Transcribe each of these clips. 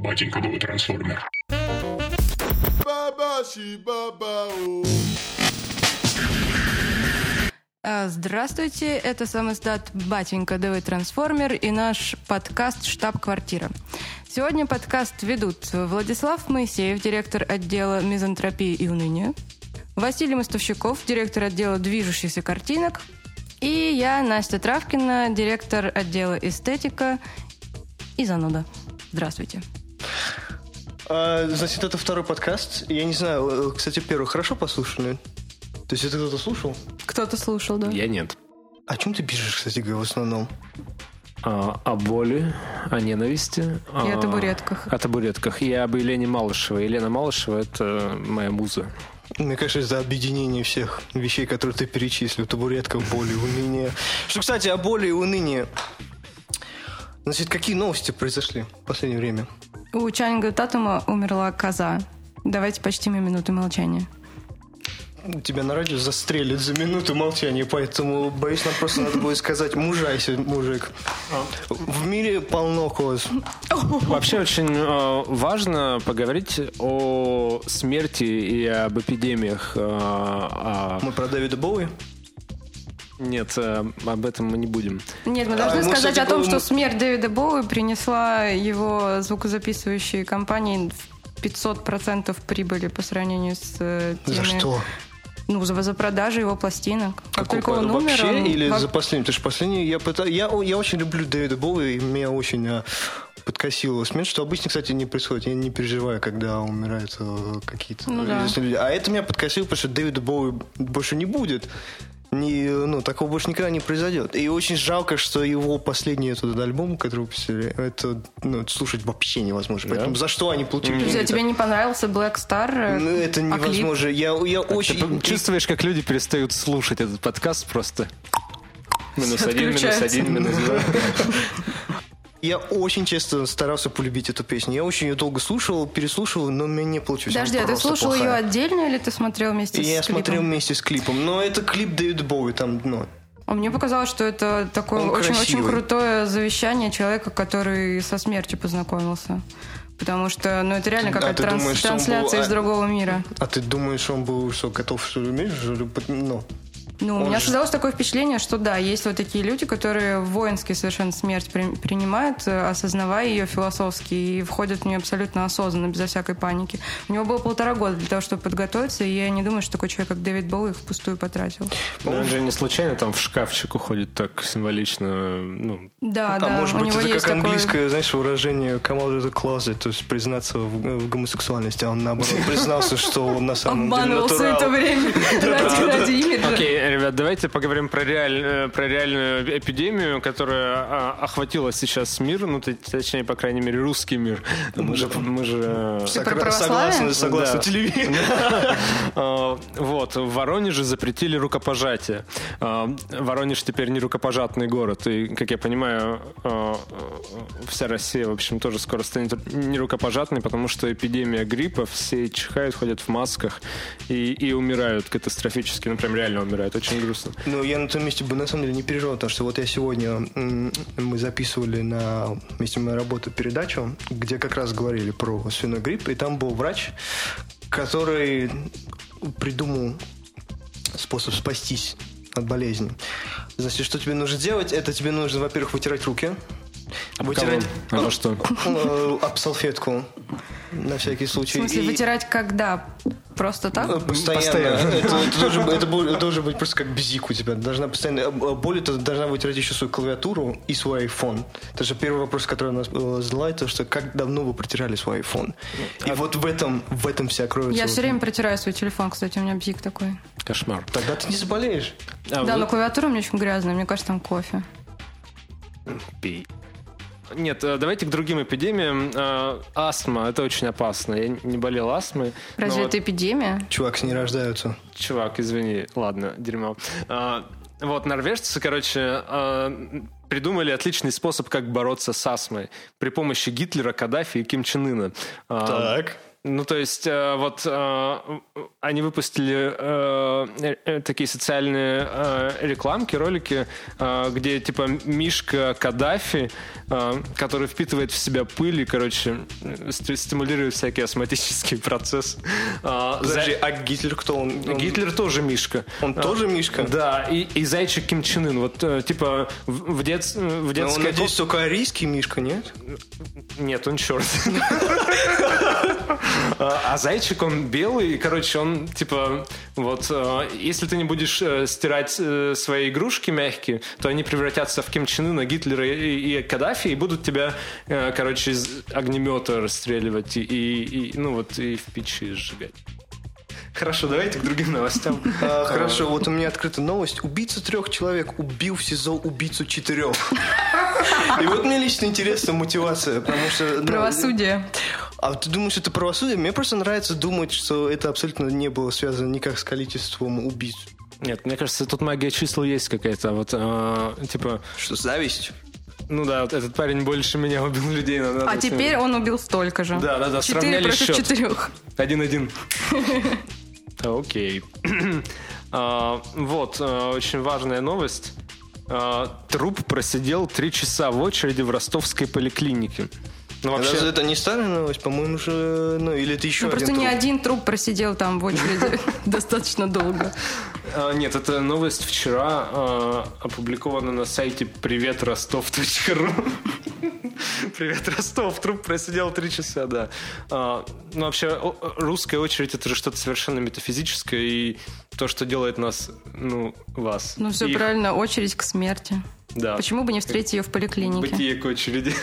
Батенька был трансформер. Баба, баба, А, Здравствуйте, это сам издат «Батенька ДВ Трансформер» и наш подкаст «Штаб-квартира». Сегодня подкаст ведут Владислав Моисеев, директор отдела мизантропии и уныния, Василий Мостовщиков, директор отдела движущихся картинок, и я, Настя Травкина, директор отдела эстетика и зануда. Здравствуйте. А, значит, это второй подкаст. Я не знаю, э, кстати, первый хорошо послушали? То есть это кто-то слушал? Кто-то слушал, да? Я нет. О чем ты пишешь, кстати говоря, в основном? А, о боли, о ненависти. И о а, табуретках. О табуретках. И об Елене Малышевой. Елена Малышева — это моя муза. Мне кажется, за объединение всех вещей, которые ты перечислил. Табуретка, боли, уныние. Что, кстати, о боли и унынии. Значит, какие новости произошли в последнее время? У Чанга Татума умерла коза. Давайте почтим и минуту молчания. Тебя на радио застрелят за минуту молчания, поэтому, боюсь, нам просто надо будет сказать «мужайся, мужик». В мире полно коз. Вообще очень э, важно поговорить о смерти и об эпидемиях. э, о- Мы про Дэвида Боуи? Нет, э, об этом мы не будем. Нет, мы А, должны мы, сказать кстати, о том, по-моему- что смерть Дэвида Боуи принесла его звукозаписывающей компании в 500% прибыли по сравнению с э, теми... За что? Ну, за, за продажи его пластинок. Как Какой только по- он умер, вообще он или во- за последний? Потому что последний я пытаюсь... Я, о- я очень люблю Дэвида Боуи, и меня очень а, подкосило смерть, что обычно, кстати, не происходит. Я не переживаю, когда умирают э, какие-то Ну да. известные люди. А это меня подкосило, потому что Дэвида Боуи больше не будет. Не, ну, такого больше никогда не произойдет. И очень жалко, что его последний этот альбом, который выпустили, это ну, слушать вообще невозможно. Да? Поэтому за что они То получили? есть, а деньги-то? тебе не понравился Black Star? э, Ну, это а клип? невозможно. Я, я Ты очень... п- чувствуешь, как люди перестают слушать этот подкаст просто? Минус Все один, минус отключаются. один, минус два. Я очень честно старался полюбить эту песню. Я очень ее долго слушал, переслушивал, но у меня не получилось. Она Подожди, а ты просто слушал ее плохая. отдельно или ты смотрел вместе Я с клипом? смотрел вместе с клипом. Но это клип Дэвид Боуи, там, ну... А мне показалось, что это такое Он очень-очень красивый. крутое завещание человека, который со смертью познакомился. Потому что, ну, это реально Да, какая-то А ты транс- думаешь, что он был, трансляция из а- другого мира. А ты думаешь, он был что, готов, что ли, умеешь, что ли, под- Ну, Ну, у Он меня же- создалось такое впечатление, что да, есть вот такие люди, которые воински совершенно смерть при- принимают, э, осознавая ее философски, и входят в нее абсолютно осознанно, безо всякой паники. У него было полтора года для того, чтобы подготовиться, и я не думаю, что такой человек, как Дэвид Боуи, их впустую потратил. Он же не случайно там в шкафчик уходит так символично. Ну, Да, а да, может у быть, него это как есть такой... английское, знаешь, выражение come out of the closet, то есть признаться в, в гомосексуальности, а он наоборот признался, что он на самом деле Обманывал все это натурал. время ради, ради имиджа. Окей, ребят, давайте поговорим про, реаль- э, про реальную эпидемию, которая а, охватила сейчас мир, ну, т- точнее, по крайней мере, русский мир. Мы же... Мы же э, Ты про Сокра- православие? Согласно, согласно Да. телевизору. э, Вот, в Воронеже запретили рукопожатие. Э, Воронеж теперь не рукопожатный город. И, как я понимаю, э, э, вся Россия, в общем, тоже скоро станет не рукопожатной, потому что эпидемия гриппа, все чихают, ходят в масках и, и умирают катастрофически. Ну, прям реально умирают. Очень грустно. Ну, я на том месте бы на самом деле не переживал, потому что вот я сегодня м, мы записывали на месте моей работы передачу, где как раз говорили про свиной грипп, и там был врач, который придумал способ спастись от болезни. Значит, что тебе нужно делать? Это тебе нужно, во-первых, вытирать руки. Вытирать ну, А во что? э, об салфетку на всякий В случай. смысле, И- вытирать когда? Просто так? Э, Постоянно. Постоянно. Это, это должен, это бо- должен быть просто как бзик у тебя. Должна постоянно. э, э, Более того, должна вытирать еще свою клавиатуру и свой iPhone. Это же первый вопрос, который у нас э, задала, это что как давно вы протирали свой iPhone. И вот в этом, в этом вся кроется. А Я вот. все время протираю свой телефон, кстати, у меня бзик такой. Кошмар. Тогда ты не заболеешь. А Да, вы- но клавиатура у меня очень грязная, мне кажется, там кофе. Пей. Нет, э, давайте к другим эпидемиям. Э, Астма, это очень опасно. Я не болел астмой. но Разве Ну вот- это эпидемия? Чувак, с ней рождаются. Чувак, извини, ладно, дерьмо. А, вот, норвежцы, короче, а, придумали отличный способ, как бороться с астмой при помощи Гитлера, Каддафи и Ким Чен Ына. А, Ну, то есть, э, вот э, они выпустили э, э, такие социальные э, рекламки, ролики, э, где, типа, Мишка Каддафи, э, который впитывает в себя пыль и, короче, ст- стимулирует всякие астматические процессы. Э, Подожди, за- а Гитлер кто? Он, он- Гитлер тоже Мишка. Он Э, тоже Мишка? Да, и, и зайчик Ким Чен Ын. Вот, э, типа, в, в, дет- в Но Ну, он, детской... надеюсь, только арийский Мишка, нет? Нет, он черт. А а зайчик, он белый, и, короче, он, типа, вот, э, если ты не будешь э, стирать э, свои игрушки мягкие, то они превратятся в Ким Чен Ына, Гитлера и и Каддафи, и будут тебя, э, короче, из огнемета расстреливать и- и, и, ну, вот, и в печи сжигать. Хорошо, давайте к другим новостям. А, хорошо, вот у меня открыта новость. Убийца трех человек убил в СИЗО убийцу четырех. И вот мне лично интересна мотивация, потому что... ну, Правосудие. А ты думаешь, это правосудие? Мне просто нравится думать, что это абсолютно не было связано никак с количеством убийц. Нет, мне кажется, тут магия чисел есть какая-то, вот, э, типа, Что, зависть? ну да, вот этот парень больше меня убил людей. надо- А надо с ним- теперь он убил столько же. Да, да, да, Четыре сравняли против счет. четырех. Один-один. Окей. А, Вот, а, очень важная новость. А, Труп просидел три часа в очереди в ростовской поликлинике. Ну, Разве вообще, это не старая новость? По-моему, уже... Ну, или это еще Ну, один просто ни труп? один труп просидел там в очереди достаточно долго. а, нет, эта новость вчера а, опубликована на сайте приветростов.ру. Привет, Ростов. Труп просидел три часа, да. А, Ну, вообще, о- русская очередь — это же что-то совершенно метафизическое, и то, что делает нас, ну, вас. Ну, все их, правильно, очередь к смерти. Да. Почему бы не встретить ее в поликлинике? Бытие к очереди.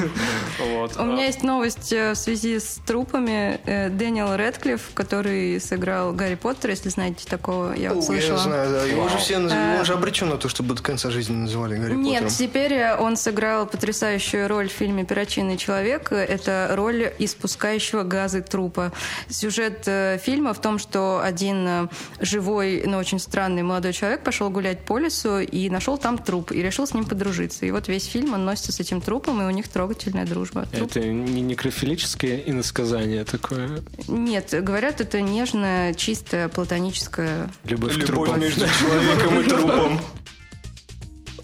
Вот. а У меня есть новость э, в связи с трупами. Э, Дэниел Редклифф, который сыграл Гарри Поттера, если знаете такого, я вот О, Я слышала. знаю, да. Его же все наз- Э, его же обречен на то, чтобы до конца жизни называли Гарри Нет, Поттером. теперь э, он сыграл потрясающую роль в фильме «Перочинный человек». Это роль испускающего газы трупа. Сюжет э, фильма в том, что один э, живой, но очень странный молодой человек пошел гулять по лесу и нашел там труп, и решил с ним подружиться. И вот весь фильм он носится с этим трупом, и у них трогательная дружба. Труп- Это не некрофилическое иносказание а такое. Нет, говорят, это нежная, чистая, платоническая... Любовь, к Любовь трупам. между человеком и трупом.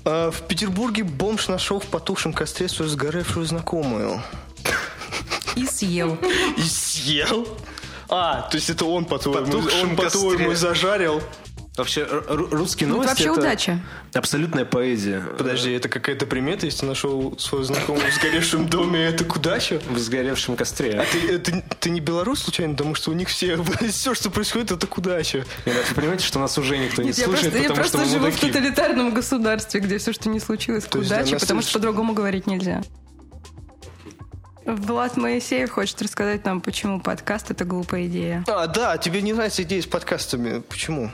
А, В Петербурге бомж нашел в потухшем костре свою сгоревшую знакомую. И съел. И съел? А, то есть это он, по-твоему, потухшем он, по-твоему, костре. зажарил? Вообще, ру- ру- русские Ну, это вообще новости это удача. Абсолютная поэзия. Подожди, это какая-то примета, если ты нашел свою знакомую в сгоревшем доме, это куда еще? В сгоревшем костре. А ты, э, ты, ты не белорус случайно, потому что у них все, все, что происходит, это куда еще? Ребят, вы понимаете, что нас уже никто не Нет, я слушает, просто, я потому просто что живу мы в мудаки. тоталитарном государстве, где все, что не случилось, к То есть, да, удаче, нас потому слышат. что по-другому говорить нельзя. Влад Моисеев хочет рассказать нам, почему подкаст это глупая идея. А, да, тебе не нравится идея с подкастами. Почему?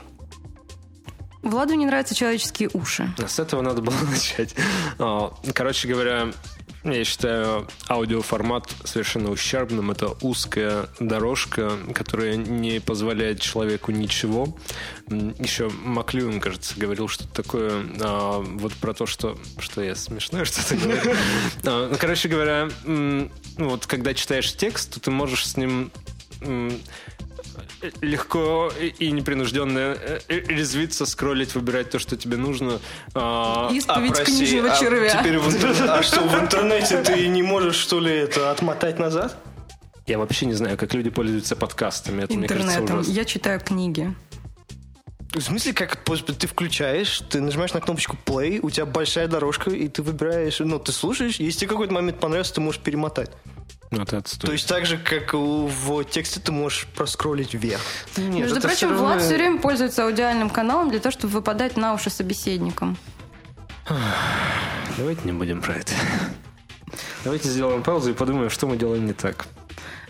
Владу не нравятся человеческие уши. А С этого надо было начать. А, Короче говоря, я считаю аудиоформат совершенно ущербным. Это узкая дорожка, которая не позволяет человеку ничего. М, Еще Маклюин, кажется, говорил что-то такое а, вот про то, что... Что я смешное что-то говорю. А, ну, Короче говоря, м, ну, вот когда читаешь текст, то ты можешь с ним м, легко и- и непринужденно э, э, резвиться, скроллить, выбирать то, что тебе нужно. А, Исповедь книжного червя. а теперь в интер- а что, в интернете ты не можешь, что ли, это отмотать назад? Я вообще не знаю, как люди пользуются подкастами. Это, мне кажется, Интернетом. ужасно. Я читаю книги. В смысле, как просто ты включаешь, ты нажимаешь на кнопочку play, у тебя большая дорожка, и ты выбираешь, ну, ты слушаешь, если тебе какой-то момент понравился, ты можешь перемотать. Ну, это отстой. То есть так же, как у- в тексте, ты можешь проскролить вверх. Между прочим, Влад все время пользуется аудиальным каналом для того, чтобы выпадать на уши собеседникам. Давайте не будем про это. Давайте сделаем паузу и подумаем, что мы делаем не так.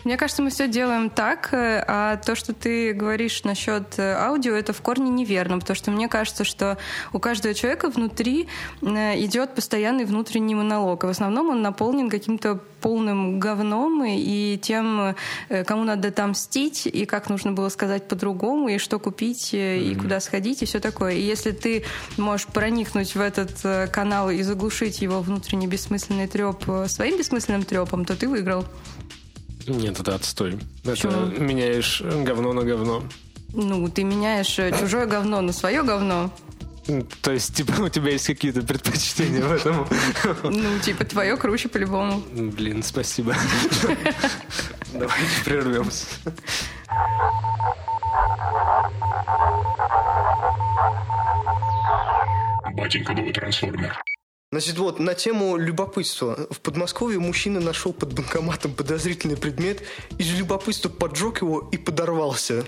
Мне кажется, мы все делаем так, э, а то, что ты говоришь насчет э, аудио, это в корне неверно, потому что мне кажется, что у каждого человека внутри э, идет постоянный внутренний монолог, и в основном он наполнен каким-то полным говном и и тем, э, кому надо отомстить, и как нужно было сказать по-другому, и что купить, э, и куда сходить, и все такое. И если ты можешь проникнуть в этот э, канал и заглушить его внутренний бессмысленный треп э, своим бессмысленным трепом, то ты выиграл. Нет, это отстой. Почему? Это меняешь говно на говно. Ну, ты меняешь чужое говно на свое говно. То есть, типа, у тебя есть какие-то предпочтения в этом? Ну, типа, твое круче по-любому. Блин, спасибо. Давайте прервемся. Батенька новый трансформер. Значит, вот, на тему любопытства. В Подмосковье мужчина нашел под банкоматом подозрительный предмет, из любопытства поджег его и подорвался.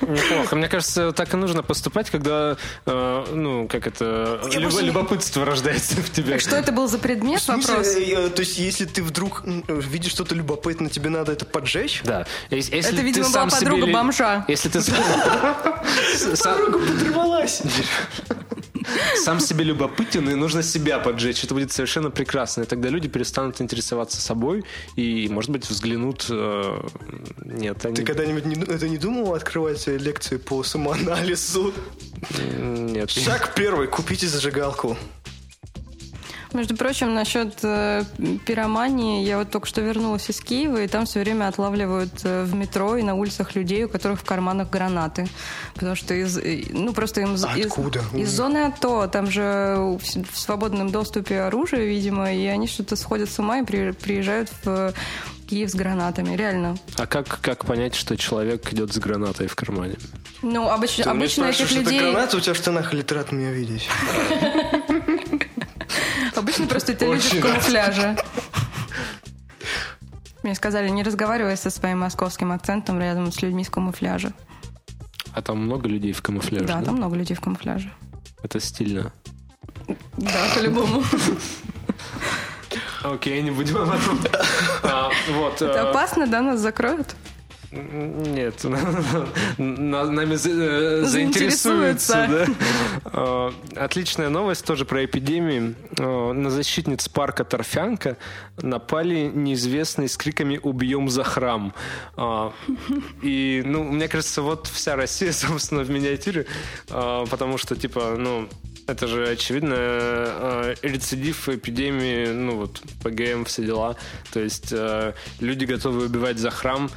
Неплохо. Мне кажется, так и нужно поступать, когда, э, ну, как это, люб, просто... любопытство рождается в тебе. Что это был за предмет? В смысле, вопрос. Я, то есть, если ты вдруг э, видишь что-то любопытное, тебе надо это поджечь? Да. Если это, видимо, была подруга себе... бомжа. Если ты Подруга подорвалась. Сам себе любопытен, и нужно себя поджечь. Это будет совершенно прекрасно. И тогда люди перестанут интересоваться собой и, может быть, взглянут... э, Нет, они... Ты когда-нибудь не, это не думал открывать лекции по самоанализу? Нет. Шаг первый. Купите зажигалку. Между прочим, насчет э, пиромании, я вот только что вернулась из Киева, и там все время отлавливают э, в метро и на улицах людей, у которых в карманах гранаты. Потому что из, ну, просто им Откуда? Из, из зоны АТО, там же в, в свободном доступе оружие, видимо, и они что-то сходят с ума и при, приезжают в э, Киев с гранатами, реально. А как, как понять, что человек идет с гранатой в кармане? Ну, обыч, Ты обычно этих людей... Это граната у тебя в штанах или ты рад меня видеть? Обычно просто это люди в камуфляже. Мне сказали, не разговаривай со своим московским акцентом рядом с людьми с камуфляжа. А там много людей в камуфляже? Да, да? там много людей в камуфляже. Это стильно. Да, по-любому. Окей, не будем об этом. А, э, Это опасно, да, нас закроют? Нет, нами э, заинтересуются. Да? Э, Отличная новость тоже про эпидемии. Э, На защитниц парка Торфянка напали неизвестные с криками «Убьем за храм». Э, И, ну, мне кажется, вот вся Россия, собственно, в миниатюре, потому что, типа, ну, это же, очевидно, э, рецидив эпидемии, ну вот, ПГМ, все дела. То есть э, люди готовы убивать за храм,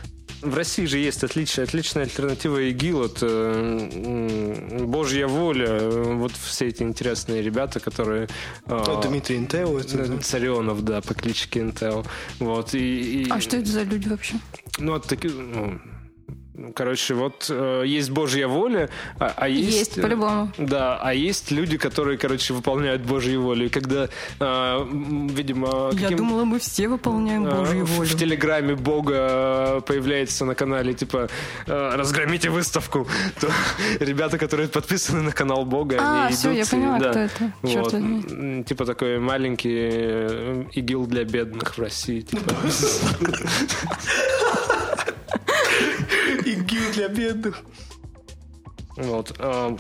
в России же есть отличная, отличная альтернатива ИГИЛ, от э, Божья воля, э, вот все эти интересные ребята, которые... Э, ну, Дмитрий Интел. Это, Царенов, А. да, по кличке Интел. Вот, и, и... А что это за люди вообще? Ну, вот такие... Ну, Короче, вот э, есть Божья воля, а, а есть... Есть, по-любому. Да, а есть люди, которые, короче, выполняют Божью волю. И когда, э, видимо... Каким, Я думала, мы все выполняем э, Божью в, волю. В телеграме Бога э, появляется на канале, типа, э, разгромите выставку. То ребята, которые подписаны на канал Бога, а, они все, идут... я поняла, и, да, кто это. Черт вот, возьми. Типа такой маленький э, игил для бедных в России. Типа. ИГИЛ для бедных. Вот. Э,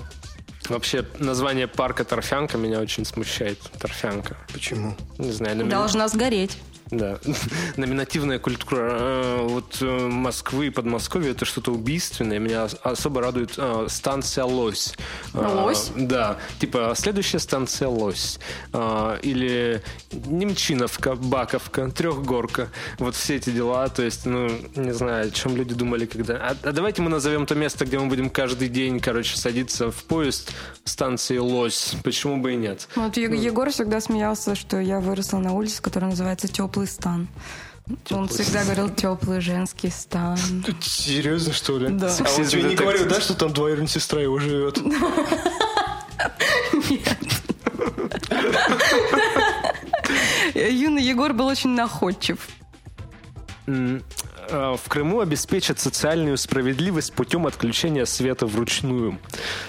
вообще, название парка Торфянка меня очень смущает. Торфянка. Почему? Не знаю. Номин... Должна сгореть. Да. Номинативная культура э, вот э, Москвы и Подмосковья это что-то убийственное. Меня особо радует э, станция Лось. Э, Лось? Да. Типа следующая станция Лось. Э, Или Немчиновка, Баковка, Трехгорка. Вот все эти дела. То есть, ну, не знаю, о чем люди думали, когда... А, а давайте мы назовем то место, где мы будем каждый день, короче, садиться в поезд станции Лось. Почему бы и нет? Вот е- Егор всегда смеялся, что я выросла на улице, которая называется Теплый теплый стан. Теплый. Он всегда говорил теплый женский стан. Серьезно, что ли? Да. Ну, А он тебе не говорил, да, что там двоюродная сестра его живет? Нет. Э, Юный Егор был очень находчив. э, В Крыму обеспечат социальную справедливость путем отключения света вручную.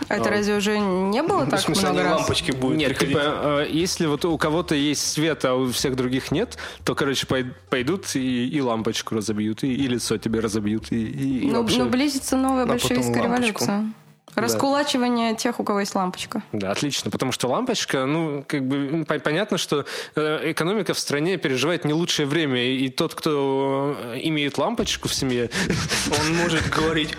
А это а, разве уже не было так в смысле, много раз? лампочки будут Нет, приходить? типа, если вот у кого-то есть свет, а у всех других нет, то, короче, пойдут и, и лампочку разобьют, и, и лицо тебе разобьют, и, и, и но, вообще... но Ну, близится новая а большевистская революция. Раскулачивание да. тех, у кого есть лампочка. Да, отлично, потому что лампочка, ну, как бы понятно, что э, экономика в стране переживает не лучшее время, и тот, кто имеет э, лампочку в семье, он может говорить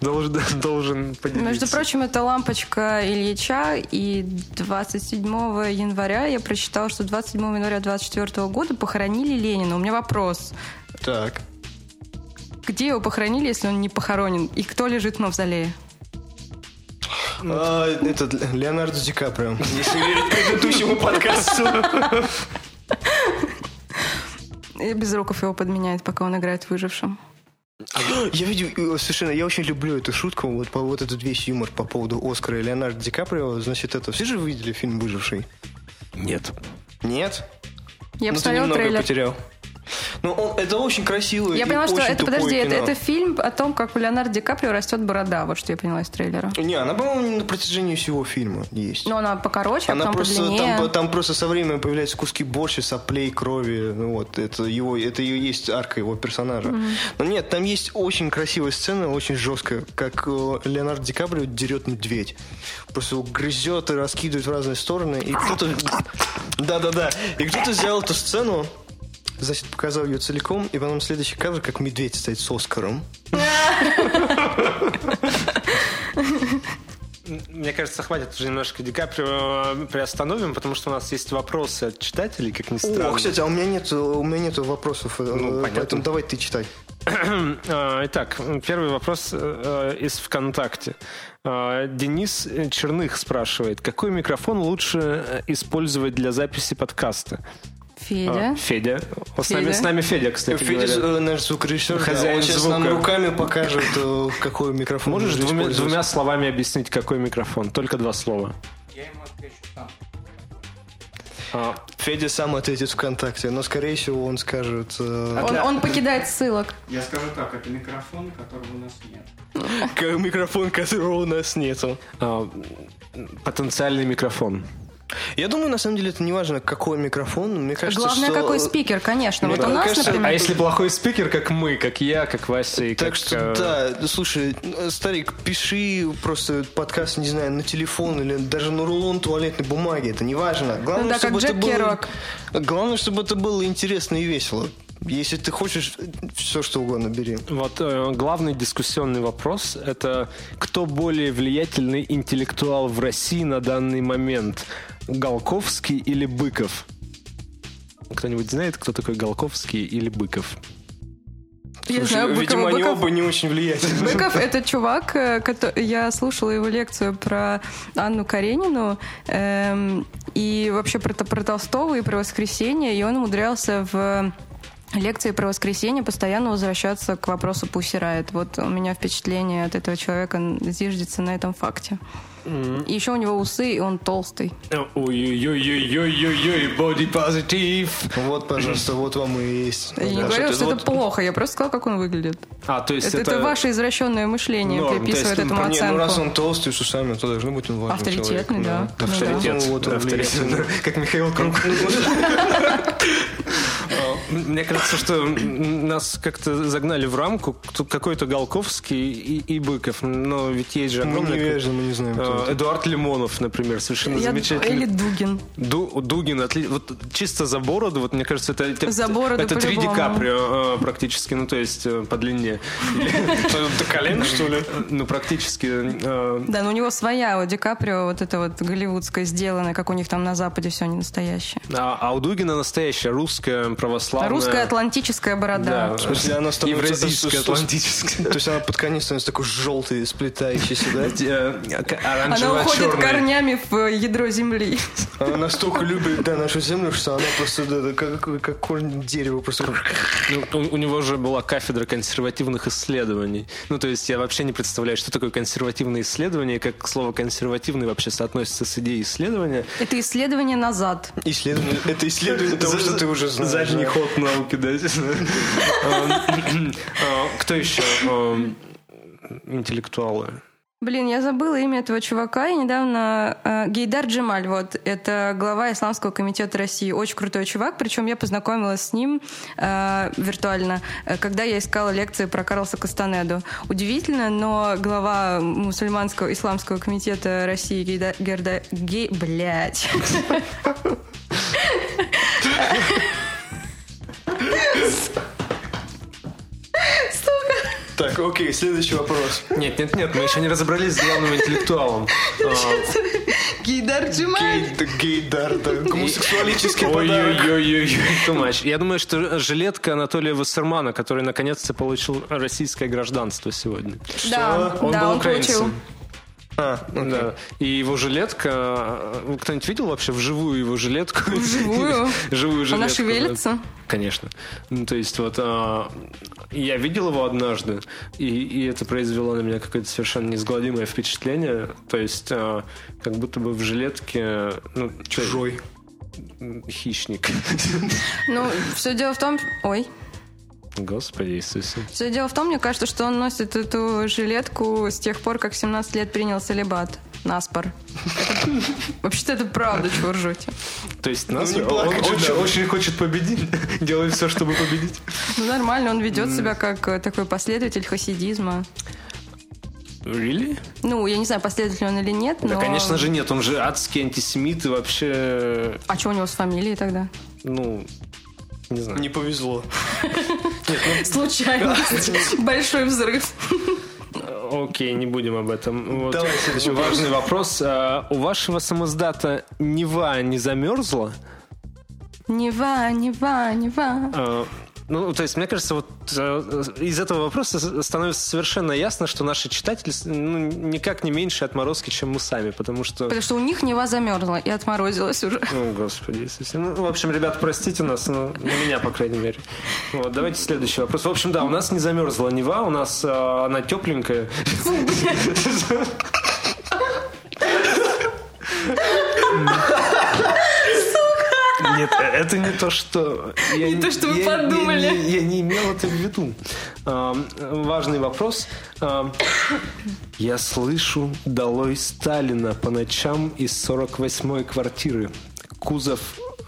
должен, должен поделиться. Между прочим, это лампочка Ильича, и 27 января я прочитала, что 27 января 24 года похоронили Ленина. У меня вопрос. Так. Где его похоронили, если он не похоронен? И кто лежит в мавзолее? А, Это Леонардо Ди Каприо. Если верить предыдущему подкасту. И Безруков его подменяет, пока он играет выжившим. Я видел, э, совершенно, я очень люблю эту шутку, вот, по- вот этот весь юмор по поводу Оскара и Леонардо Ди Каприо. Значит, это все же видели фильм «Выживший»? Нет. Нет? Я Ну, ты посмотрела немного трейлер. потерял. Ну, он- это очень красивый Я и поняла, что очень это, тупое подожди, это, кино. это фильм о том, как у Леонардо Ди Каприо растет борода, вот что я поняла из трейлера. Не, она, по-моему, на протяжении всего фильма есть. Но она покороче, а Она потом просто, подлиннее. там, по- там просто со временем появляются куски борща, соплей, крови. Ну, вот, это, его, это ее есть арка его персонажа. Но нет, там есть очень красивая сцена, очень жесткая, как э, Леонардо Ди Каприо дерет медведь. Просто его грызет и раскидывает в разные стороны. И кто-то... Да-да-да. И кто-то взял эту сцену, значит, показал ее целиком, и потом следующий кадр, как медведь стоит с Оскаром. Мне кажется, хватит уже немножко Ди Каприо э, приостановим, потому что у нас есть вопросы от читателей, как ни странно. Ну, О, кстати, а у меня нет, у меня нет вопросов, э, понятно. поэтому давай ты читай. А, Итак, первый вопрос э, из ВКонтакте. А, Денис Черных спрашивает, какой микрофон лучше э, использовать для записи подкаста? Федя. А, Федя. О, С, нами, Федя. с нами Федя, кстати Федя, говоря. э, наш звукорежиссер, Хозяин хозяин он сейчас звука. нам руками покажет, э, какой микрофон. Можешь нужно двумя, использовать. двумя словами объяснить, какой микрофон? Только два слова. Я ему отвечу сам. А, Федя сам ответит ВКонтакте, но, скорее всего, он скажет... э, Он, он покидает ссылок. Я скажу так, это микрофон, которого у нас нет. «К- микрофон, которого у нас нету. а, потенциальный микрофон. Я думаю, на самом деле, это не важно, какой микрофон. Мне кажется, Главное, что... какой спикер, конечно. мне Вот у нас, кажется, например, А если плохой спикер, как мы, как я, как Вася и Так как, что, э, да, слушай, э, старик, пиши просто подкаст, не знаю, на телефон или даже на рулон туалетной бумаги, это не важно. Главное, Ну да, как чтобы это Джек было... Керуак. Главное, чтобы это было интересно и весело. Если ты хочешь, все что угодно бери. Вот э, главный дискуссионный вопрос – это кто более влиятельный интеллектуал в России на данный момент – Голковский или Быков? Кто-нибудь знает, кто такой Голковский или Быков? я знаю, видимо, Быкова, они Быков, оба не очень влиятельны. Быков это чувак, э, кото- я слушала его лекцию про Анну Каренину эм, и вообще про, Т- про Толстого и про воскресенье, и он умудрялся в лекции про воскресенье постоянно возвращаться к вопросу Пусси Райт. Вот у меня впечатление от этого человека зиждется на этом факте. И еще у него усы, и он толстый. Э, Ой-ой-ой-ой-ой-ой, body positive! Вот, пожалуйста, вот вам и есть. Я не Да, говорю, что это вот- плохо, я просто сказала, как он выглядит. А, то есть Это, это... это ваше извращенное мышление Норм, то есть, приписывает ну, этому Не, ну оценку. раз он толстый с усами, то должно быть он важным Авторитетный, человеком, да. Ну да. Авторитет. Вот он Авторитет. Ну, влияет. Как Михаил Круг. э, Мне кажется, что нас как-то загнали в рамку кто- какой-то Голковский и, и Быков. Но ведь есть же Мы огромное... не вежливо, мы не знаем, кто Э, это. Эдуард Лимонов, например, совершенно Я- Или замечательный. Дугин. Ду- Дугин, отли- вот чисто за бороду, вот мне кажется, это, это, За бороду это три Ди по-любому. Каприо э, практически, ну то есть э, по длине. До колена, что ли? Ну практически. э, Да, но у него своя, у Ди Каприо вот это вот голливудское сделано, как у них там на Западе все не настоящее. А, а у Дугина настоящая русская православная. Русская атлантическая борода. Да. В смысле, она становится- Евразийская, с- с- с- атлантическая. То есть она под конец становится такой желтый, сплетающийся, да? Э, Она уходит Оранжево-черный. корнями в э, ядро земли. Она настолько любит, да, нашу землю, что она просто, да, да, как, как корень дерева, просто... Ну, у, у него же была кафедра консервативных исследований. Ну, то есть я вообще не представляю, что такое консервативное исследование, как слово консервативный вообще соотносится с идеей исследования. Это исследование назад. Исследование, это исследование того, что ты уже знаешь. Задний да. ход науки, да. Эм, э, Кто еще? эм, Интеллектуалы. Блин, я забыла имя этого чувака, и недавно э, Гейдар Джемаль, вот, это глава Исламского комитета России, очень крутой чувак, причем я познакомилась с ним э, виртуально, э, когда я искала лекции про Карлса Кастанеду. Удивительно, но глава мусульманского Исламского комитета России Гейда, Герда, Гей, блядь. Так, окей, следующий вопрос. Нет, нет, нет, мы еще не разобрались с главным интеллектуалом. Эм, Гейдар Джумай. Гей- Гейдар, да, гомосексуалический подарок. Ой-ой-ой, too much. Я думаю, что жилетка Анатолия Вассермана, который наконец-то получил российское гражданство сегодня. Да, Он да, был он получил. украинцем. ну Да. И его жилетка... э, Кто-нибудь видел вообще вживую его жилетку? Вживую? Живую жилетку. Она да. шевелится. Конечно. Ну, то есть вот а, я видел его однажды, и, и это произвело на меня какое-то совершенно неизгладимое впечатление. То есть а, как будто бы в жилетке... Ну, Чужой. м, Хищник. Ну, все дело в том... Ой. Господи Иисусе. Все дело в том, мне кажется, что он носит эту жилетку с тех пор, как в 17 лет принял салибат. Наспор. Это- Вообще-то это правда, чего вы ржете. То есть нас Ну, не он плакать же очень, надо. очень хочет победить. Делает все, чтобы победить. Ну, нормально, он ведет себя как э, такой последователь хасидизма. Really? Ну, я не знаю, последователь он или нет, но... Да, конечно же, нет. Он же адский антисемит и вообще... А что у него с фамилией тогда? Ну, не знаю. Не повезло. Случайность. Большой взрыв. Окей, не будем об этом. Вот. Давай следующий Важный вопрос. А, у вашего самоздата Нева не замерзла? Нева, Нева, Нева. А, ну, то есть, мне кажется, вот э, из этого вопроса с- становится совершенно ясно, что наши читатели ну, никак не меньше отморозки, чем мы сами, потому что... Потому что у них Нева замерзла и отморозилась уже. Ну, господи, Иисусе. Ну, в общем, ребят, простите нас, ну, на меня, по крайней мере. Вот, давайте следующий вопрос. В общем, да, у нас не замерзла Нева, у нас э, она тепленькая. Нет, э, это не то, что... Я, Не то, что вы я- я- подумали. Я, я не имел это в виду. Ам, важный вопрос. Ам, я слышу долой Сталина по ночам из 48-й квартиры. Кузов...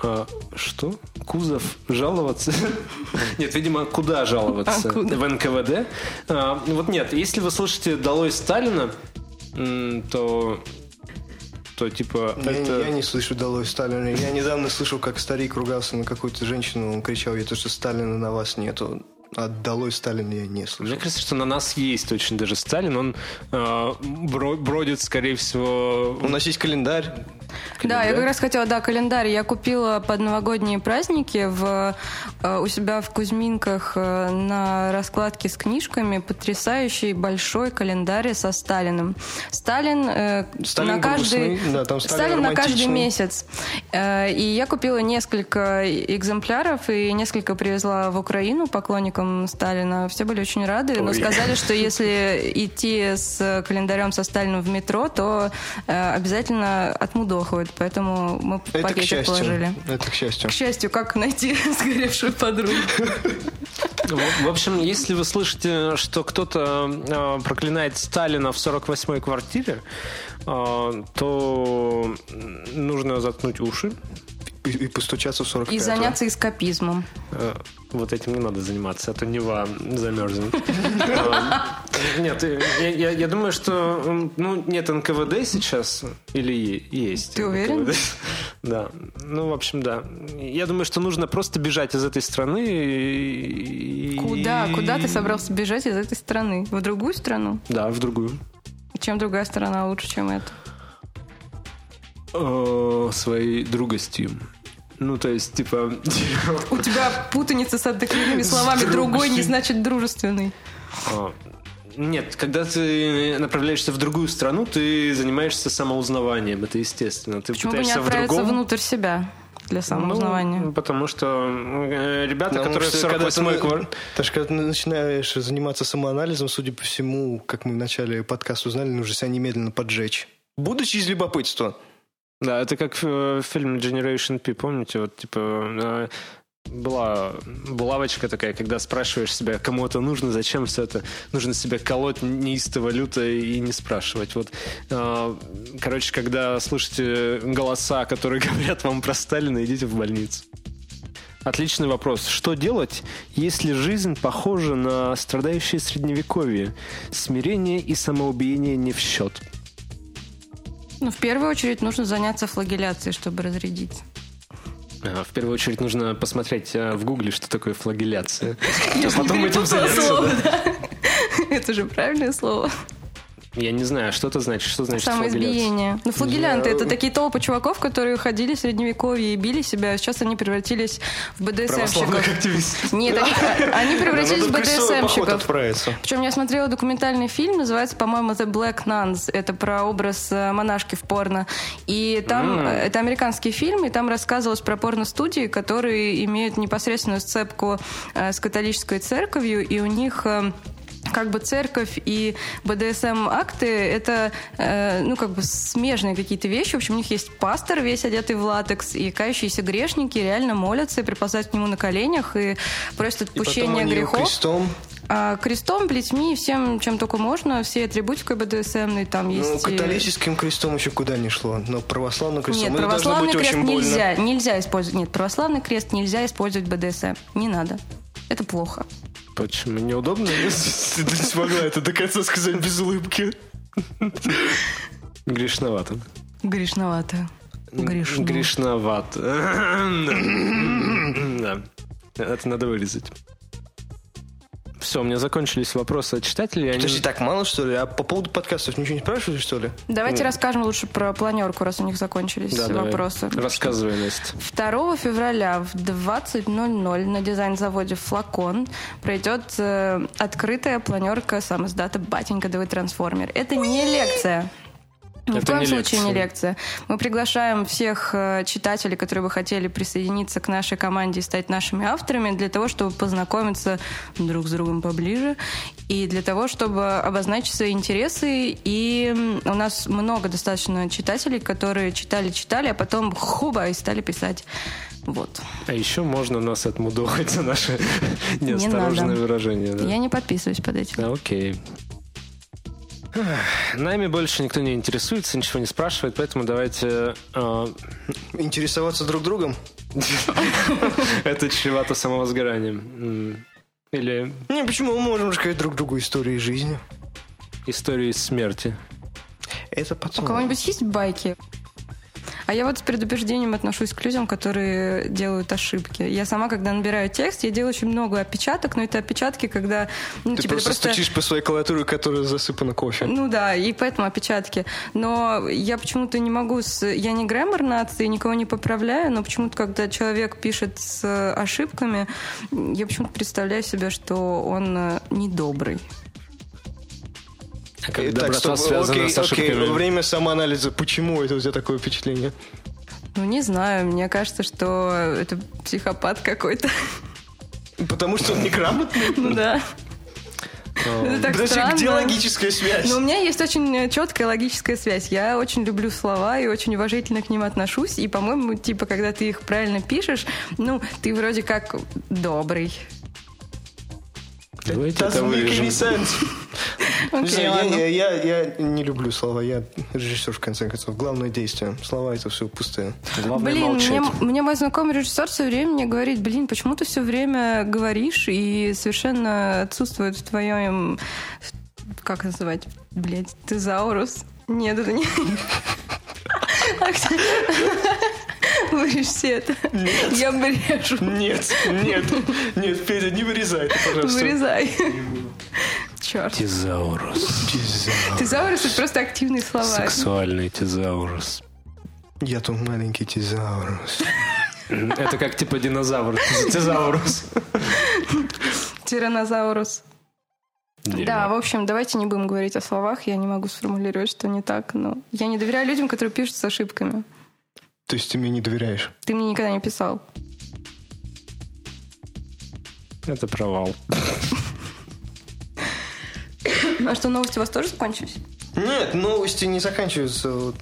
а, что? Кузов жаловаться? Нет, видимо, куда жаловаться? А, куда? В НКВД? А, вот нет, если вы слышите долой Сталина, м, то... То типа... Я, это... я не слышу долой Сталина. Я недавно слышал, как старик ругался на какую-то женщину. Он кричал ей то, что Сталина на вас нету. А долой Сталина я не Мне слышал. кажется, что на нас есть очень даже Сталин. Он э, бро- бродит, скорее всего... У нас есть календарь. Да, я календарь. как раз хотела, да, календарь. Я купила под новогодние праздники в, э, у себя в Кузьминках э, на раскладке с книжками потрясающий большой календарь со Сталиным. Сталин, э, Сталин на каждый... грустный, да, там Сталин на каждый романтичный. месяц. Э, И я купила несколько экземпляров и несколько привезла в Украину поклонникам Сталина. Все были очень рады, но Ой. сказали, что если идти с календарем со Сталином в метро, то э, обязательно отмудохают. Поэтому мы Это к пакетик счастью. положили. Это к счастью. К счастью, как найти сгоревшую подругу? В в общем, если вы слышите, что кто-то э, проклинает Сталина в 48-й квартире, э, то нужно заткнуть уши. И, и постучаться в 45 И заняться эскапизмом. Э, Вот этим не надо заниматься, а то Нева замерзнет. Э, Нет, э, я- я я думаю, что м, ну, нет НКВД сейчас или е- есть. Ты уверен? НКВД. Да. Ну, в общем, да. Я думаю, что нужно просто бежать из этой страны. и- Куда? Куда ты собрался бежать из этой страны? В другую страну? Да, в другую. Чем другая страна лучше, чем эта? Э, своей другостью. Ну, то есть, типа... У тебя путаница с адекватными словами «другой» не значит «дружественный». а, Нет, когда ты направляешься в другую страну, ты занимаешься самоузнаванием, это естественно. Ты Почему бы не пытаешься в отправиться другом... внутрь себя для самоузнавания? Ну, потому что э, ребята, Потому которые в что когда 48-й ты- квар- Потому что когда ты начинаешь заниматься самоанализом, судя по всему, как мы в начале подкаста узнали, нужно себя немедленно поджечь. Будучи из любопытства. Да, это как э, фильм Generation P, помните? Вот, типа, э, была булавочка такая, когда спрашиваешь себя, кому это нужно, зачем все это, нужно себя колоть неистово люто и не спрашивать. Вот, э, короче, когда слышите голоса, которые говорят вам про Сталина, идите в больницу. Отличный вопрос. Что делать, если жизнь похожа на страдающее средневековье? Смирение и самоубиение не в счет. Ну, в первую очередь нужно заняться флагеляцией, чтобы разрядиться. А, В первую очередь нужно э, посмотреть а, в гугле, что такое флагеляция. Я ж не Потом этим перепутала заняться, слово, да. Это же правильное слово. Я не знаю, что это значит, что значит флагелляция? Самоизбиение. Ну, флагелянты Я- это такие толпы чуваков, которые ходили в средневековье и били себя, а сейчас они превратились в БДСМщиков. активист. Нет, они, они превратились в ну, БДСМщиков. отправиться. Причем я смотрела документальный фильм, называется, по-моему, The Black Nuns. Это про образ э, монашки в порно. И там М. э, это американский фильм, и там рассказывалось про порно-студии, которые имеют непосредственную сцепку э, с католической церковью, и у них э, как бы церковь и БДСМ-акты — это, э, ну, как бы смежные какие-то вещи. В общем, у них есть пастор, весь одетый в латекс, и кающиеся грешники реально молятся и приползают к нему на коленях и просят И потом отпущения они его грехов. крестом. А, крестом, плетьми, всем, чем только можно, все атрибутикой БДСМной там есть. э, Ну, и- католическим крестом еще куда не шло, но православным крестом Нет, это должно православный быть крест очень больно. нельзя, нельзя использовать. Нет, православный крест нельзя использовать БДСМ. Не надо. Это плохо. Почему? Неудобно? Ты не смогла это до конца сказать без улыбки. Грешновато. Грешновато. Грешно. Грешновато. Да. Это надо вырезать. Все, у меня закончились вопросы от читателей. Они- Подожди, так мало, что ли? А по поводу подкастов ничего не спрашивали, что ли? Давайте расскажем лучше про планерку, раз у них закончились Да, давай. вопросы. Рассказывай, Настя. 2 февраля в 20.00 на дизайн-заводе «Флакон» пройдет э, открытая планерка сам издата «Батенька ДВ Трансформер». Это не лекция. Ни Ну, в Это коем не случае не лекция. лекция. Мы приглашаем всех э, читателей, которые бы хотели присоединиться к нашей команде и стать нашими авторами, для того, чтобы познакомиться друг с другом поближе, и для того, чтобы обозначить свои интересы. И м, у нас много достаточно читателей, которые читали-читали, а потом хуба и стали писать. Вот. А еще можно нас отмудохать за наши неосторожные надо. выражения. да. Я не подписываюсь под этим. Да, окей. Ах, Нами больше никто не интересуется, ничего не спрашивает, поэтому давайте... э, Интересоваться друг другом? Это чревато самовозгоранием. М, Или Не, почему мы можем рассказать друг другу истории жизни? истории смерти. Это У потом. кого-нибудь есть байки? А я вот с предупреждением отношусь к людям, которые делают ошибки. Я сама, когда набираю текст, я делаю очень много опечаток, но это опечатки, когда... Ну, Ты типа, просто, стучишь по своей клавиатуре, которая засыпана кофе. Ну да, и поэтому опечатки. Но я почему-то не могу с... Я не граммар нации, никого не поправляю, но почему-то, когда человек пишет с э, ошибками, я почему-то представляю себе, что он э, недобрый. А Э, как так, доброта стоп, связана окей, с окей, ошибками. время самоанализа. Почему это у тебя такое впечатление? Ну, не знаю, мне кажется, что это психопат какой-то. Потому что он неграмотный? Ну да. Это так Подожди, где странно. Ну, логическая связь? Но у меня есть очень э, четкая логическая связь. Я очень люблю слова и очень уважительно к ним отношусь. И, по-моему, типа, когда ты их правильно пишешь, ну, ты вроде как добрый. Давайте это Doesn't make any вырежем. sense. Не Окей, знаю, ладно. я- я- я- я не люблю слова, я режиссер в конце концов. Главное действие. Слова это все пустые. Главное Блин, мне, молчать. мне мой знакомый режиссер все время мне говорит, блин, почему ты все время говоришь и совершенно отсутствует в твоем... в- Как это называть? Блядь, тезаурус. Нет, это не... А где- Вырежь все это. Я брежу. Нет, нет, нет, Петя, не вырезай это, пожалуйста. Вырезай. Черт. Тезаурус. Тезаурус — это просто активные слова. Сексуальный тезаурус. Я тут маленький тизаурус. Это как типа динозавр. Тезаурус. Тиранозаурус. Да, в Дерьмо. общем, давайте не будем говорить о словах. Я не могу сформулировать, что не так. Но я не доверяю людям, которые пишут с ошибками. То есть ты мне не доверяешь? Ты мне никогда не писал. Это провал. А что, новости у вас тоже закончились? Нет, новости не заканчиваются. Вот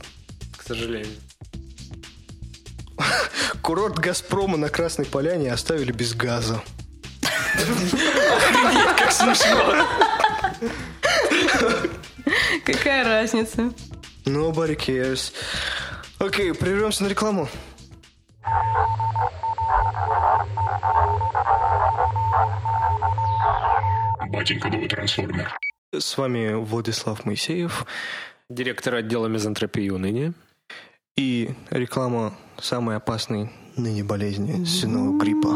К сожалению. Курорт Газпрома на Красной Поляне оставили без газа. Какая разница? Nobody cares. Окей, прервемся на рекламу. Батенька был трансформер. С вами Владислав Моисеев Директор отдела мизантропии и уныния. и реклама самой опасной ныне болезни свиного гриппа.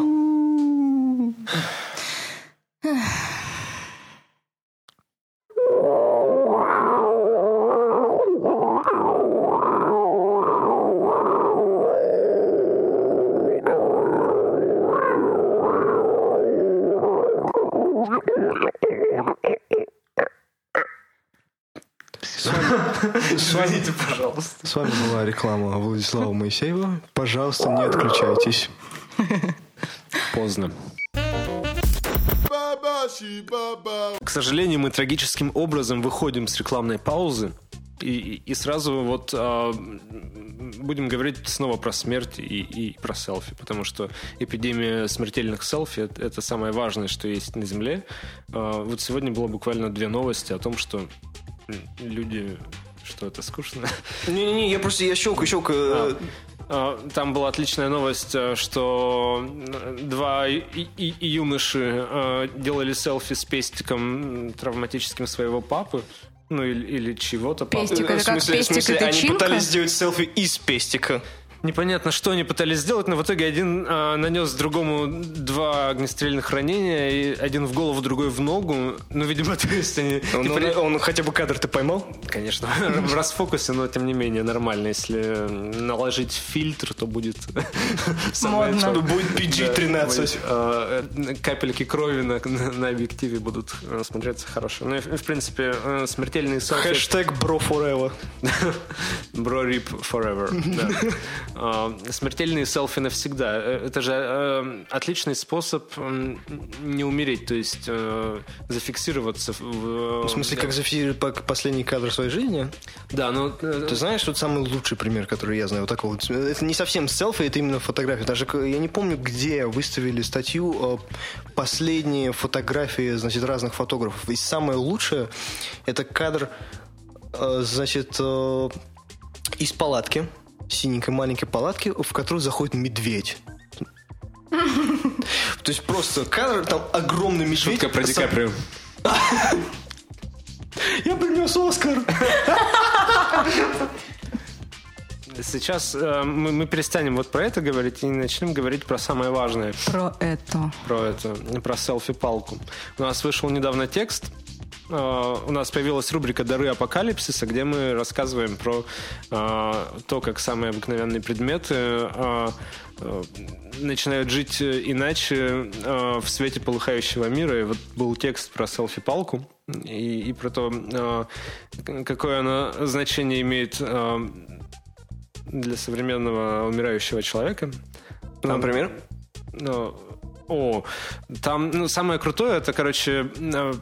Извините, пожалуйста. С вами была реклама Владислава Моисеева. Пожалуйста, не отключайтесь. Поздно. К сожалению, мы трагическим образом выходим с рекламной паузы. И, и сразу вот а, будем говорить снова про смерть и, и про селфи, потому что эпидемия смертельных селфи это, это самое важное, что есть на Земле. А, вот сегодня было буквально две новости о том, что люди, что это скучно. Не-не-не, я просто, я щелкаю, щелкаю. А, Там была отличная новость, э, что два и- и- и юноши э, делали селфи с пестиком травматическим своего папы. Ну или, или чего-то. папы. Пестик, Типа это в как смысле, в пестик и смысле, они тычинка? пытались сделать селфи из пестика. Непонятно, что они пытались сделать, но в итоге один э, нанес другому два огнестрельных ранения, и один в голову, другой в ногу. Ну, видимо, то есть они... Он, типа, Ну, он- он хотя бы кадр-то поймал? Конечно, в расфокусе, но тем не менее нормально. Если наложить фильтр, то будет самое Модно. то. Ну, Будет Да, э, э, Капельки крови на, на- на объективе будут э, смотреться хорошо. Ну и в в принципе э, смертельные селфи Хэштег bro forever. Бро Рип forever. да. Э, Смертельные селфи навсегда. Э, Это же э, отличный способ м, не умереть, то есть э, зафиксироваться. В э, В смысле, как зафиксировать пок- последний кадр своей жизни? Да, ну... э, Ты знаешь, вот самый лучший пример, который я знаю, вот такого. вот. Это не совсем селфи, это именно фотография. Даже к- я не помню, где выставили статью э, последние фотографии, значит, разных фотографов. И самое лучшее это кадр, э, значит, э, из палатки, синенькой маленькой палатки, в которую заходит медведь. То есть просто кадр, там огромный медведь. Шутка про Ди Сам- Каприо. Я принес Оскар. Сейчас э, мы, мы перестанем вот про это говорить и начнем говорить про самое важное, Про это. про это, про селфи-палку. У нас вышел недавно текст. э, У нас появилась рубрика «Дары апокалипсиса», где мы рассказываем про э, то, как самые обыкновенные предметы э, э, начинают жить э, иначе э, в свете полыхающего мира. И вот был текст про селфи-палку и, и про то, э, какое она значение имеет э, для современного умирающего человека. Там- Например? ну, О, там ну, самое крутое, это, короче, э,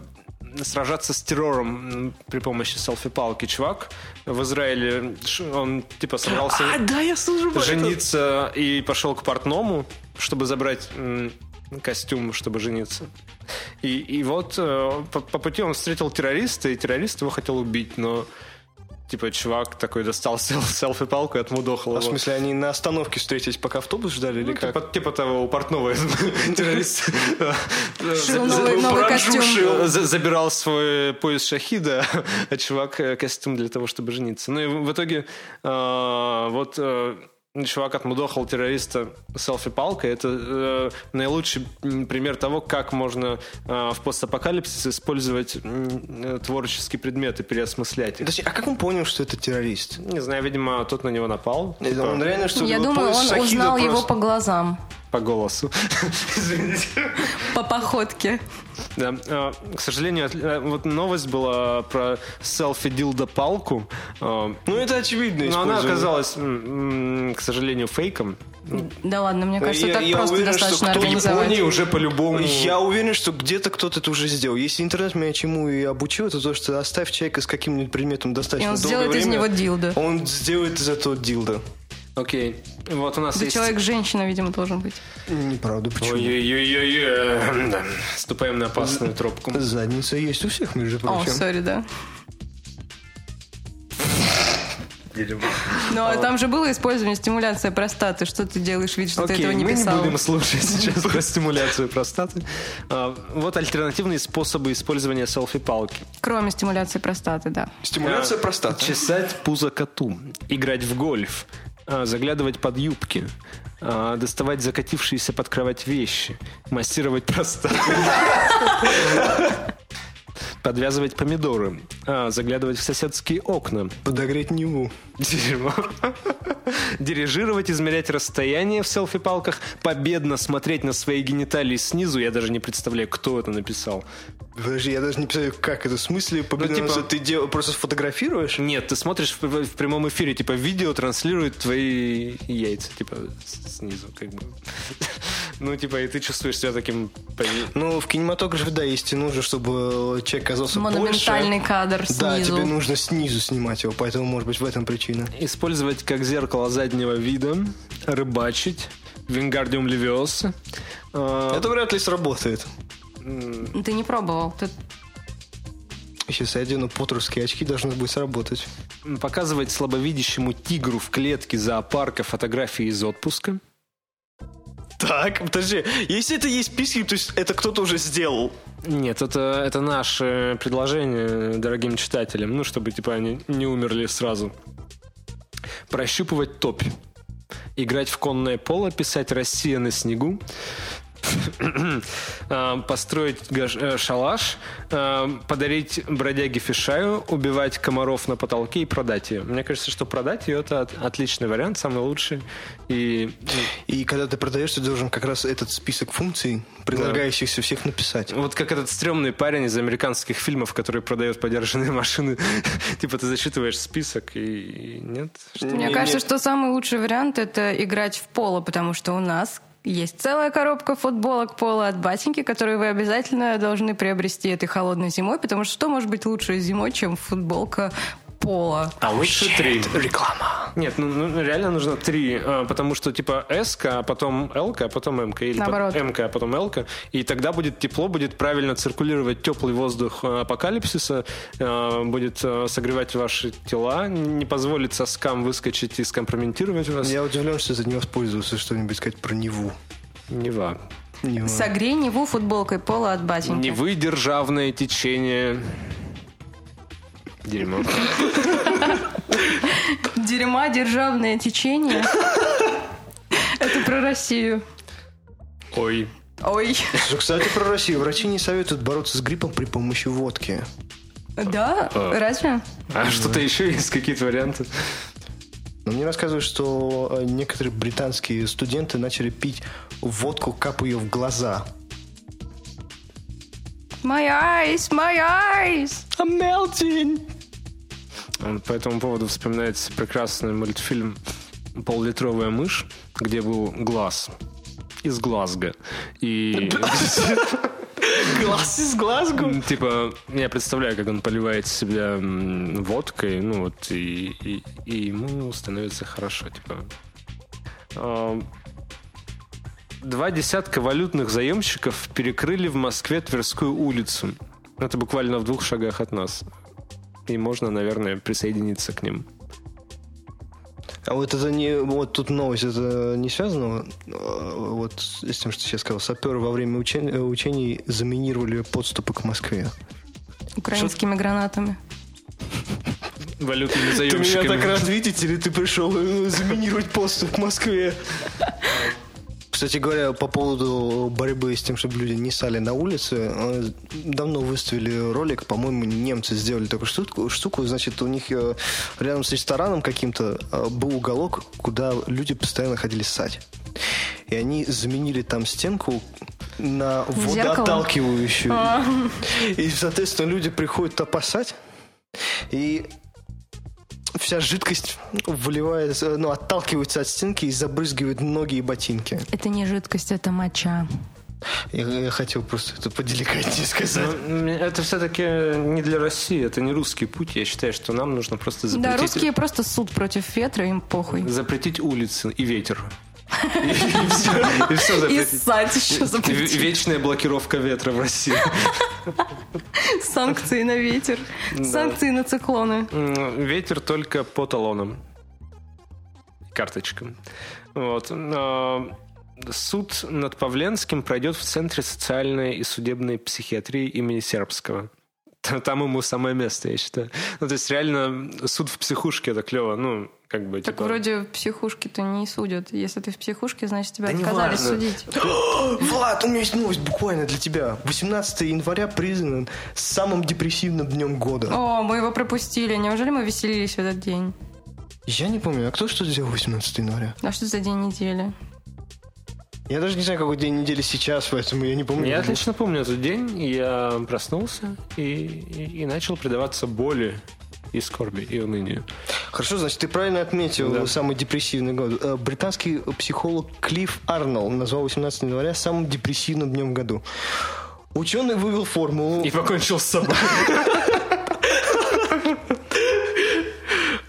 сражаться с террором м, при помощи селфи-палки. Чувак в Израиле, ш- он типа собрался А, да, я служу. жениться и пошел к портному, чтобы забрать м, костюм, чтобы жениться. И, и вот э, по, по пути он встретил террориста, и террорист его хотел убить, но типа чувак такой достал сел- селфи-палку и отмудохал А в его. смысле, они на остановке встретились, пока автобус ждали, или Ну, как? Типа, типа того у портного террорист Шил новый- новый костюм. забирал свой пояс шахида, а чувак э, костюм для того, чтобы жениться. Ну и в итоге э, вот э, чувак отмудохал террориста селфи-палкой. Это э, наилучший м, пример того, как можно э, в постапокалипсис использовать м, э, творческие предметы, переосмыслять их. Подожди, а как он понял, что это террорист? Не знаю, видимо, тот на него напал. Это Он реально, что Я его думаю, пояс он шахида узнал его просто- по глазам. По голосу. Извините. По походке. Да, э, к сожалению, от- э, вот новость была про селфи дилдо палку, но Ну, это очевидно она использование. оказалась, м, м, к сожалению, фейком. Да ладно, мне кажется, Я- так я просто уверен, что достаточно кто в организовать. Японии уже по-любому. Я уверен, что где-то кто-то это уже сделал. Если интернет меня чему и обучил, это то, что оставь человека с каким-нибудь предметом И достаточно он долгое сделает из время, него дилда. Он сделает из этого дилда. Окей, вот у нас Да есть. человек-женщина, видимо, должен быть. Неправда, почему? Ой-ой-ой-ой, да. ступаем на опасную тропку. Задница есть у всех, между О, прочим. сори, да. Ну, а там же было использование стимуляция простаты. Что ты делаешь вид, что ты Окей, этого не мы не писал? будем слушать сейчас про стимуляцию простаты. А, Вот альтернативные способы использования селфи-палки. Кроме стимуляции простаты, да. Стимуляция простаты. Чесать пузо коту, играть в гольф, а, заглядывать под юбки, а, доставать закатившиеся под кровать вещи, массировать простату. подвязывать помидоры, а, заглядывать в соседские окна, Подогреть Неву. Дерьмо. Дирижировать, измерять расстояние в селфи-палках, победно смотреть на свои гениталии снизу. Я даже не представляю, кто это написал. Подожди, я даже не представляю, как это. В смысле, победа типа- назад? ты дел- просто сфотографируешь? Нет, ты смотришь в, пр- в прямом эфире, типа видео транслирует твои яйца, типа с- снизу, как бы. Ну, типа, и ты чувствуешь себя таким... пони- Ну, в кинематографе, да, есть и нужно, чтобы э, человек оказался Монументальный больше. кадр Да, снизу. тебе нужно снизу снимать его, поэтому, может быть, в этом причина. Использовать как зеркало заднего вида, рыбачить, вингардиум левиоса. Э, Это вряд ли сработает. Ты не пробовал. Ты- Сейчас я одену поттерские очки, должно будет сработать. Показывать слабовидящему тигру в клетке зоопарка фотографии из отпуска. Так, подожди, если это есть списки, то есть это кто-то уже сделал. Нет, это, это наше предложение э, дорогим читателям, ну, чтобы, типа, они не умерли сразу. Прощупывать топь. Играть в конное поло, писать «Россия на снегу», А, построить гаш- э, шалаш, а, подарить бродяге фишаю, убивать комаров на потолке и продать ее. Мне кажется, что продать ее это от- отличный вариант, самый лучший. И ну, И когда ты продаешь, ты должен как раз этот список функций, предлагающихся всех написать. Вот как этот стрёмный парень из американских фильмов, который продает подержанные машины. Типа ты зачитываешь список и и нет. Что- Мне кажется, что самый лучший вариант это играть в поло, потому что у нас есть целая коробка футболок пола от батеньки, которые вы обязательно должны приобрести этой холодной зимой, потому что что может быть лучше зимой, чем футболка пола? А лучше три. Реклама. Нет, ну, ну, реально нужно три, а, потому что типа S, а потом L, а потом M, или Наоборот. М, а потом L, и тогда будет тепло, будет правильно циркулировать теплый воздух а, апокалипсиса, а, будет а, согревать ваши тела, не позволит соскам выскочить и скомпрометировать вас. Я удивлен, что ты не воспользовался что-нибудь сказать про Неву. Нева. Нева. Согрей Неву футболкой пола от батеньки. Не вы державное течение. Дерьмо. Дерьма державное течение. Это про Россию. Ой. Ой. Слушай, Кстати, про Россию. Врачи не советуют бороться с гриппом при помощи водки. Да? Разве? А что-то еще есть какие-то варианты? Но Ну, мне рассказывают, что э, некоторые британские студенты начали пить водку, капая ее в глаза. My eyes, my eyes. По этому поводу вспоминается прекрасный мультфильм «Поллитровая мышь», где был глаз из Глазго. И... Глаз из Глазго? М, Типа, я представляю, как он поливает себя м, водкой, ну вот, и, и- и ему становится хорошо, типа. А, Два десятка валютных заемщиков перекрыли в Москве Тверскую улицу. Это буквально в двух шагах от нас. И можно, наверное, присоединиться к ним. А вот это не... Вот тут новость, это не связано э, вот с тем, что я сказал. Саперы во время учен- э, учений заминировали подступы к Москве. Украинскими гранатами. Валютными видите, или ты пришел заминировать подступ к Москве? Кстати говоря, по поводу борьбы с тем, чтобы люди не сали на улице, э, давно выставили ролик, по-моему, немцы сделали такую штуку, штуку значит, у них э, рядом с рестораном каким-то э, был уголок, куда люди постоянно ходили ссать. И они заменили там стенку на Зеркалом? водоотталкивающую. И, соответственно, люди приходят опасать, и вся жидкость выливается, ну, отталкивается от стенки и забрызгивает ноги и ботинки. Это не жидкость, это моча. Я, я хотел просто это поделикатнее сказать. Ну, Это все-таки не для России, это не русский путь. Я считаю, что нам нужно просто запретить... Да, русские просто суд против ветра, им похуй. Запретить улицы и ветер. И- И все, и все И запретить. ссать еще В- запретить. Вечная блокировка ветра в России. Санкции на ветер. Санкции на циклоны. М, Ветер только по талонам. Карточкам. Вот. А, Суд над Павленским пройдет в Центре социальной и судебной психиатрии имени Сербского. Там ему самое место, я считаю. Ну, то есть реально суд в психушке, это клево. Ну, как бы, Так типа... вроде в психушке-то не судят. Если ты в психушке, значит тебя Да отказались неважно. судить. Влад, у меня есть новость буквально для тебя. 18 января признан самым депрессивным днем года. О, мы его пропустили. Неужели мы веселились в этот день? Я не помню, а кто что сделал 18 января? А что за день недели? Я даже не знаю, какой день недели сейчас, поэтому я не помню. Ну, Я отлично помню этот день. Я проснулся и, и- и начал предаваться боли и скорби, и унынию. Хорошо, значит, ты правильно отметил Да. самый депрессивный год. Э, Британский психолог Клифф Арнелл назвал 18 января самым депрессивным днем в году. Ученый вывел формулу. И покончил с собой.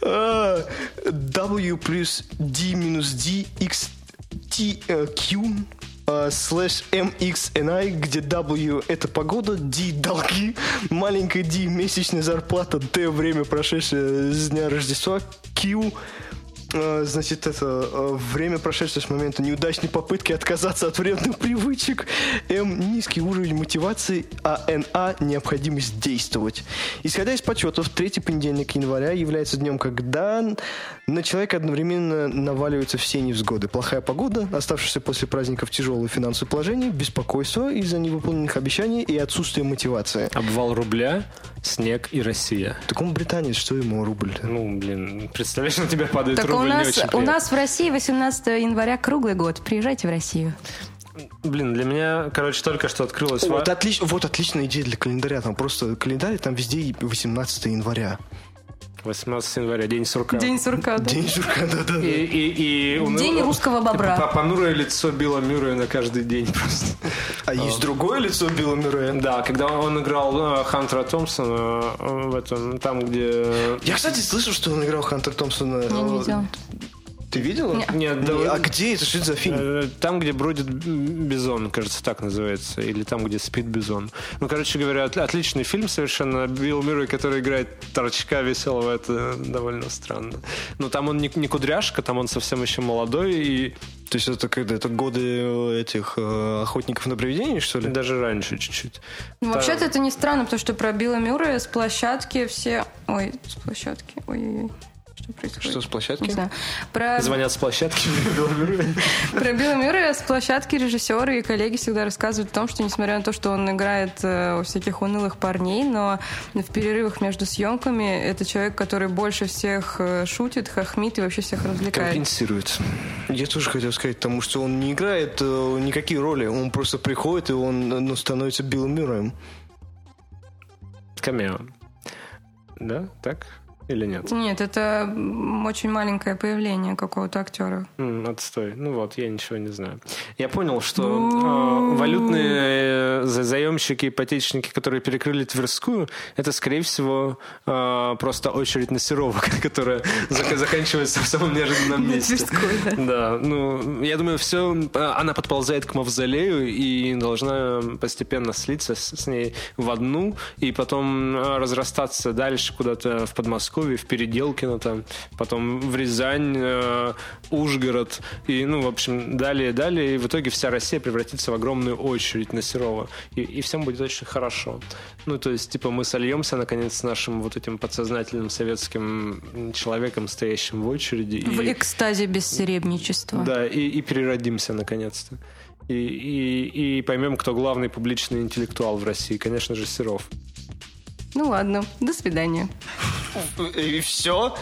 А, W плюс D минус D X T э, Q э, слэш MXNI, где W это погода, D долги, маленькая D месячная зарплата, T время прошедшее с дня Рождества, Q э, Значит, это э, время, прошедшее с момента неудачной попытки отказаться от вредных привычек, М – низкий уровень мотивации, а НА – необходимость действовать. Исходя из подсчетов, третий понедельник января является днем, когда на человека одновременно наваливаются все невзгоды. Плохая погода, оставшееся после праздников тяжелое финансовое положение, беспокойство из-за невыполненных обещаний и отсутствие мотивации. Обвал рубля, снег и Россия. Так он британец, что ему рубль-то? Ну, блин, представляешь, на тебя падает Так у рубль, не нас, очень у приятно. нас в России 18 января круглый год. Приезжайте в Россию. Блин, для меня, короче, только что открылась... ва- Вот, отлич- вот отличная идея для календаря. Там просто календарь, там везде 18 января. 18 января, день сурка. День сурка, А, да? День журка, да-да. И, и- и уныло- День русского бобра. П- Понурое лицо Билла Мюррея на каждый день просто. А есть другое лицо Билла Мюррея? Да, когда он играл э, Хантера Томпсона э, в этом, там, где... Я, кстати, слышал, что он играл Хантер Томпсона. Я не видела. Ты видела? Не. Нет, да, А где это? Что это за фильм? э, Там, где бродит м, бизон, кажется, так называется. Или там, где спит бизон. Ну, короче говоря, от- отличный фильм совершенно. Билл Мюррей, который играет торчка веселого, это довольно странно. Но там он не, не кудряшка, там он совсем еще молодой и То есть это когда? Это годы этих э, охотников на привидений, что ли? даже раньше чуть-чуть. Ну, Та- Вообще-то это не странно, потому что про Билла Мюррея с площадки все... Ой, с площадки. Ой-ой-ой. Что происходит? Что, с Не площадки? знаю. Про, Звонят с площадки Билла Мюррея. про Билла Мюррея с площадки режиссеры и коллеги всегда рассказывают о том, что несмотря на то, что он играет э, всяких унылых парней, но в перерывах между съемками это человек, который больше всех э, шутит, хохмит и вообще всех развлекает. Компенсирует. Я тоже хотел сказать, потому что он не играет э, никакие роли. Он просто приходит, и он э, ну, становится Биллом Мюрреем. Камео. Да? Так? Или нет? Нет, это м, очень маленькое появление какого-то актера. М, Отстой. Ну вот, я ничего не знаю. Я понял, что э, валютные э, за- заемщики, ипотечники, которые перекрыли Тверскую, это, скорее всего, э, просто очередь на серовок, которая зак- заканчивается в самом неожиданном месте. Да, ну, я думаю, все, она подползает к мавзолею и должна постепенно слиться с, с ней в одну и потом э, разрастаться дальше куда-то в Подмосковье, в Переделкино там, потом в Рязань, э, Ужгород и, ну, в общем, далее, далее. И в итоге вся Россия превратится в огромную очередь на Серова. И, и всем будет очень хорошо. Ну, то есть, типа, мы сольемся, наконец, с нашим вот этим подсознательным советским человеком, стоящим в очереди. В и- экстазе бессеребничества. да, и, и переродимся наконец-то. И, и, и поймем, кто главный публичный интеллектуал в России. Конечно же, Серов. Ну ладно, до свидания. И все?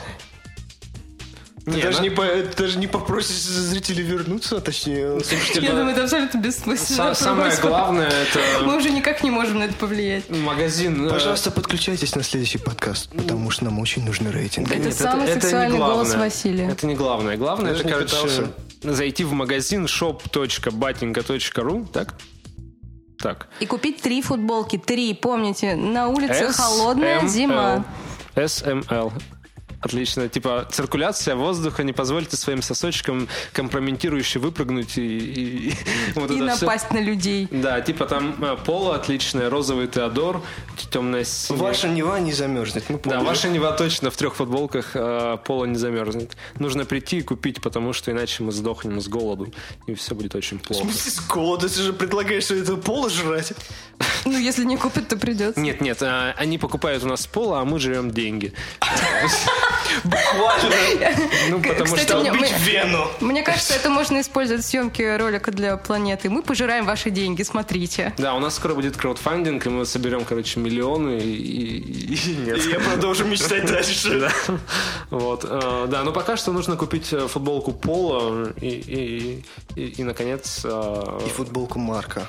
Ты Не, ну даже, на- не по- ты даже не попросишь зрителей вернуться, а точнее, Слушайте, Я да, думаю, это абсолютно бессмысленно. са- самое главное Мы это уже никак не можем на это повлиять. магазин. э, Пожалуйста, подключайтесь на следующий подкаст, потому что нам очень нужны рейтинги. Это нет, самый это не сексуальный голос главное. Василия. Это не главное. Главное, Даже это, не короче, пытался. зайти в магазин shop.batinka.ru, так? Так. И купить три футболки. Три, помните, на улице холодная SML. зима. SML. Отлично. Типа циркуляция воздуха, не позвольте своим сосочкам компрометирующе выпрыгнуть и, и- и вот И это всё. напасть на людей. Да, типа там э, Пола отличная, розовый Теодор, темная синяя. Ваша Нева не замерзнет. мы Да, поняли. ваша Нева точно в трех футболках э, Пола не замерзнет. Нужно прийти и купить, потому что иначе мы сдохнем с голоду, и все будет очень В плохо. смысле, с голода? Ты же предлагаешь что это пола жрать. Ну, если не купят, то придется. Нет, нет, а, они покупают у нас с пола, а мы живем деньги. Ну, потому Кстати, что... у меня- Бить мы- вену. Мне кажется, это можно использовать в съемке ролика для планеты. Мы пожираем ваши деньги, смотрите. Да, у нас скоро будет краудфандинг, и мы соберем, короче, миллионы и, и- и нет. И я продолжу мечтать дальше. Да. Вот, э, да, но пока что нужно купить э, футболку Пола и, и, и- и, наконец, э, И футболку Марка.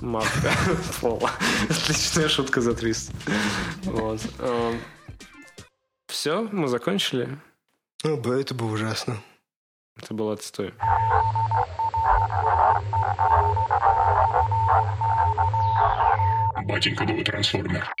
марка Пола. Отличная шутка за 300. Вот. Все, мы закончили. Ну, б- это было ужасно. Это было отстой. Батенька новый трансформер.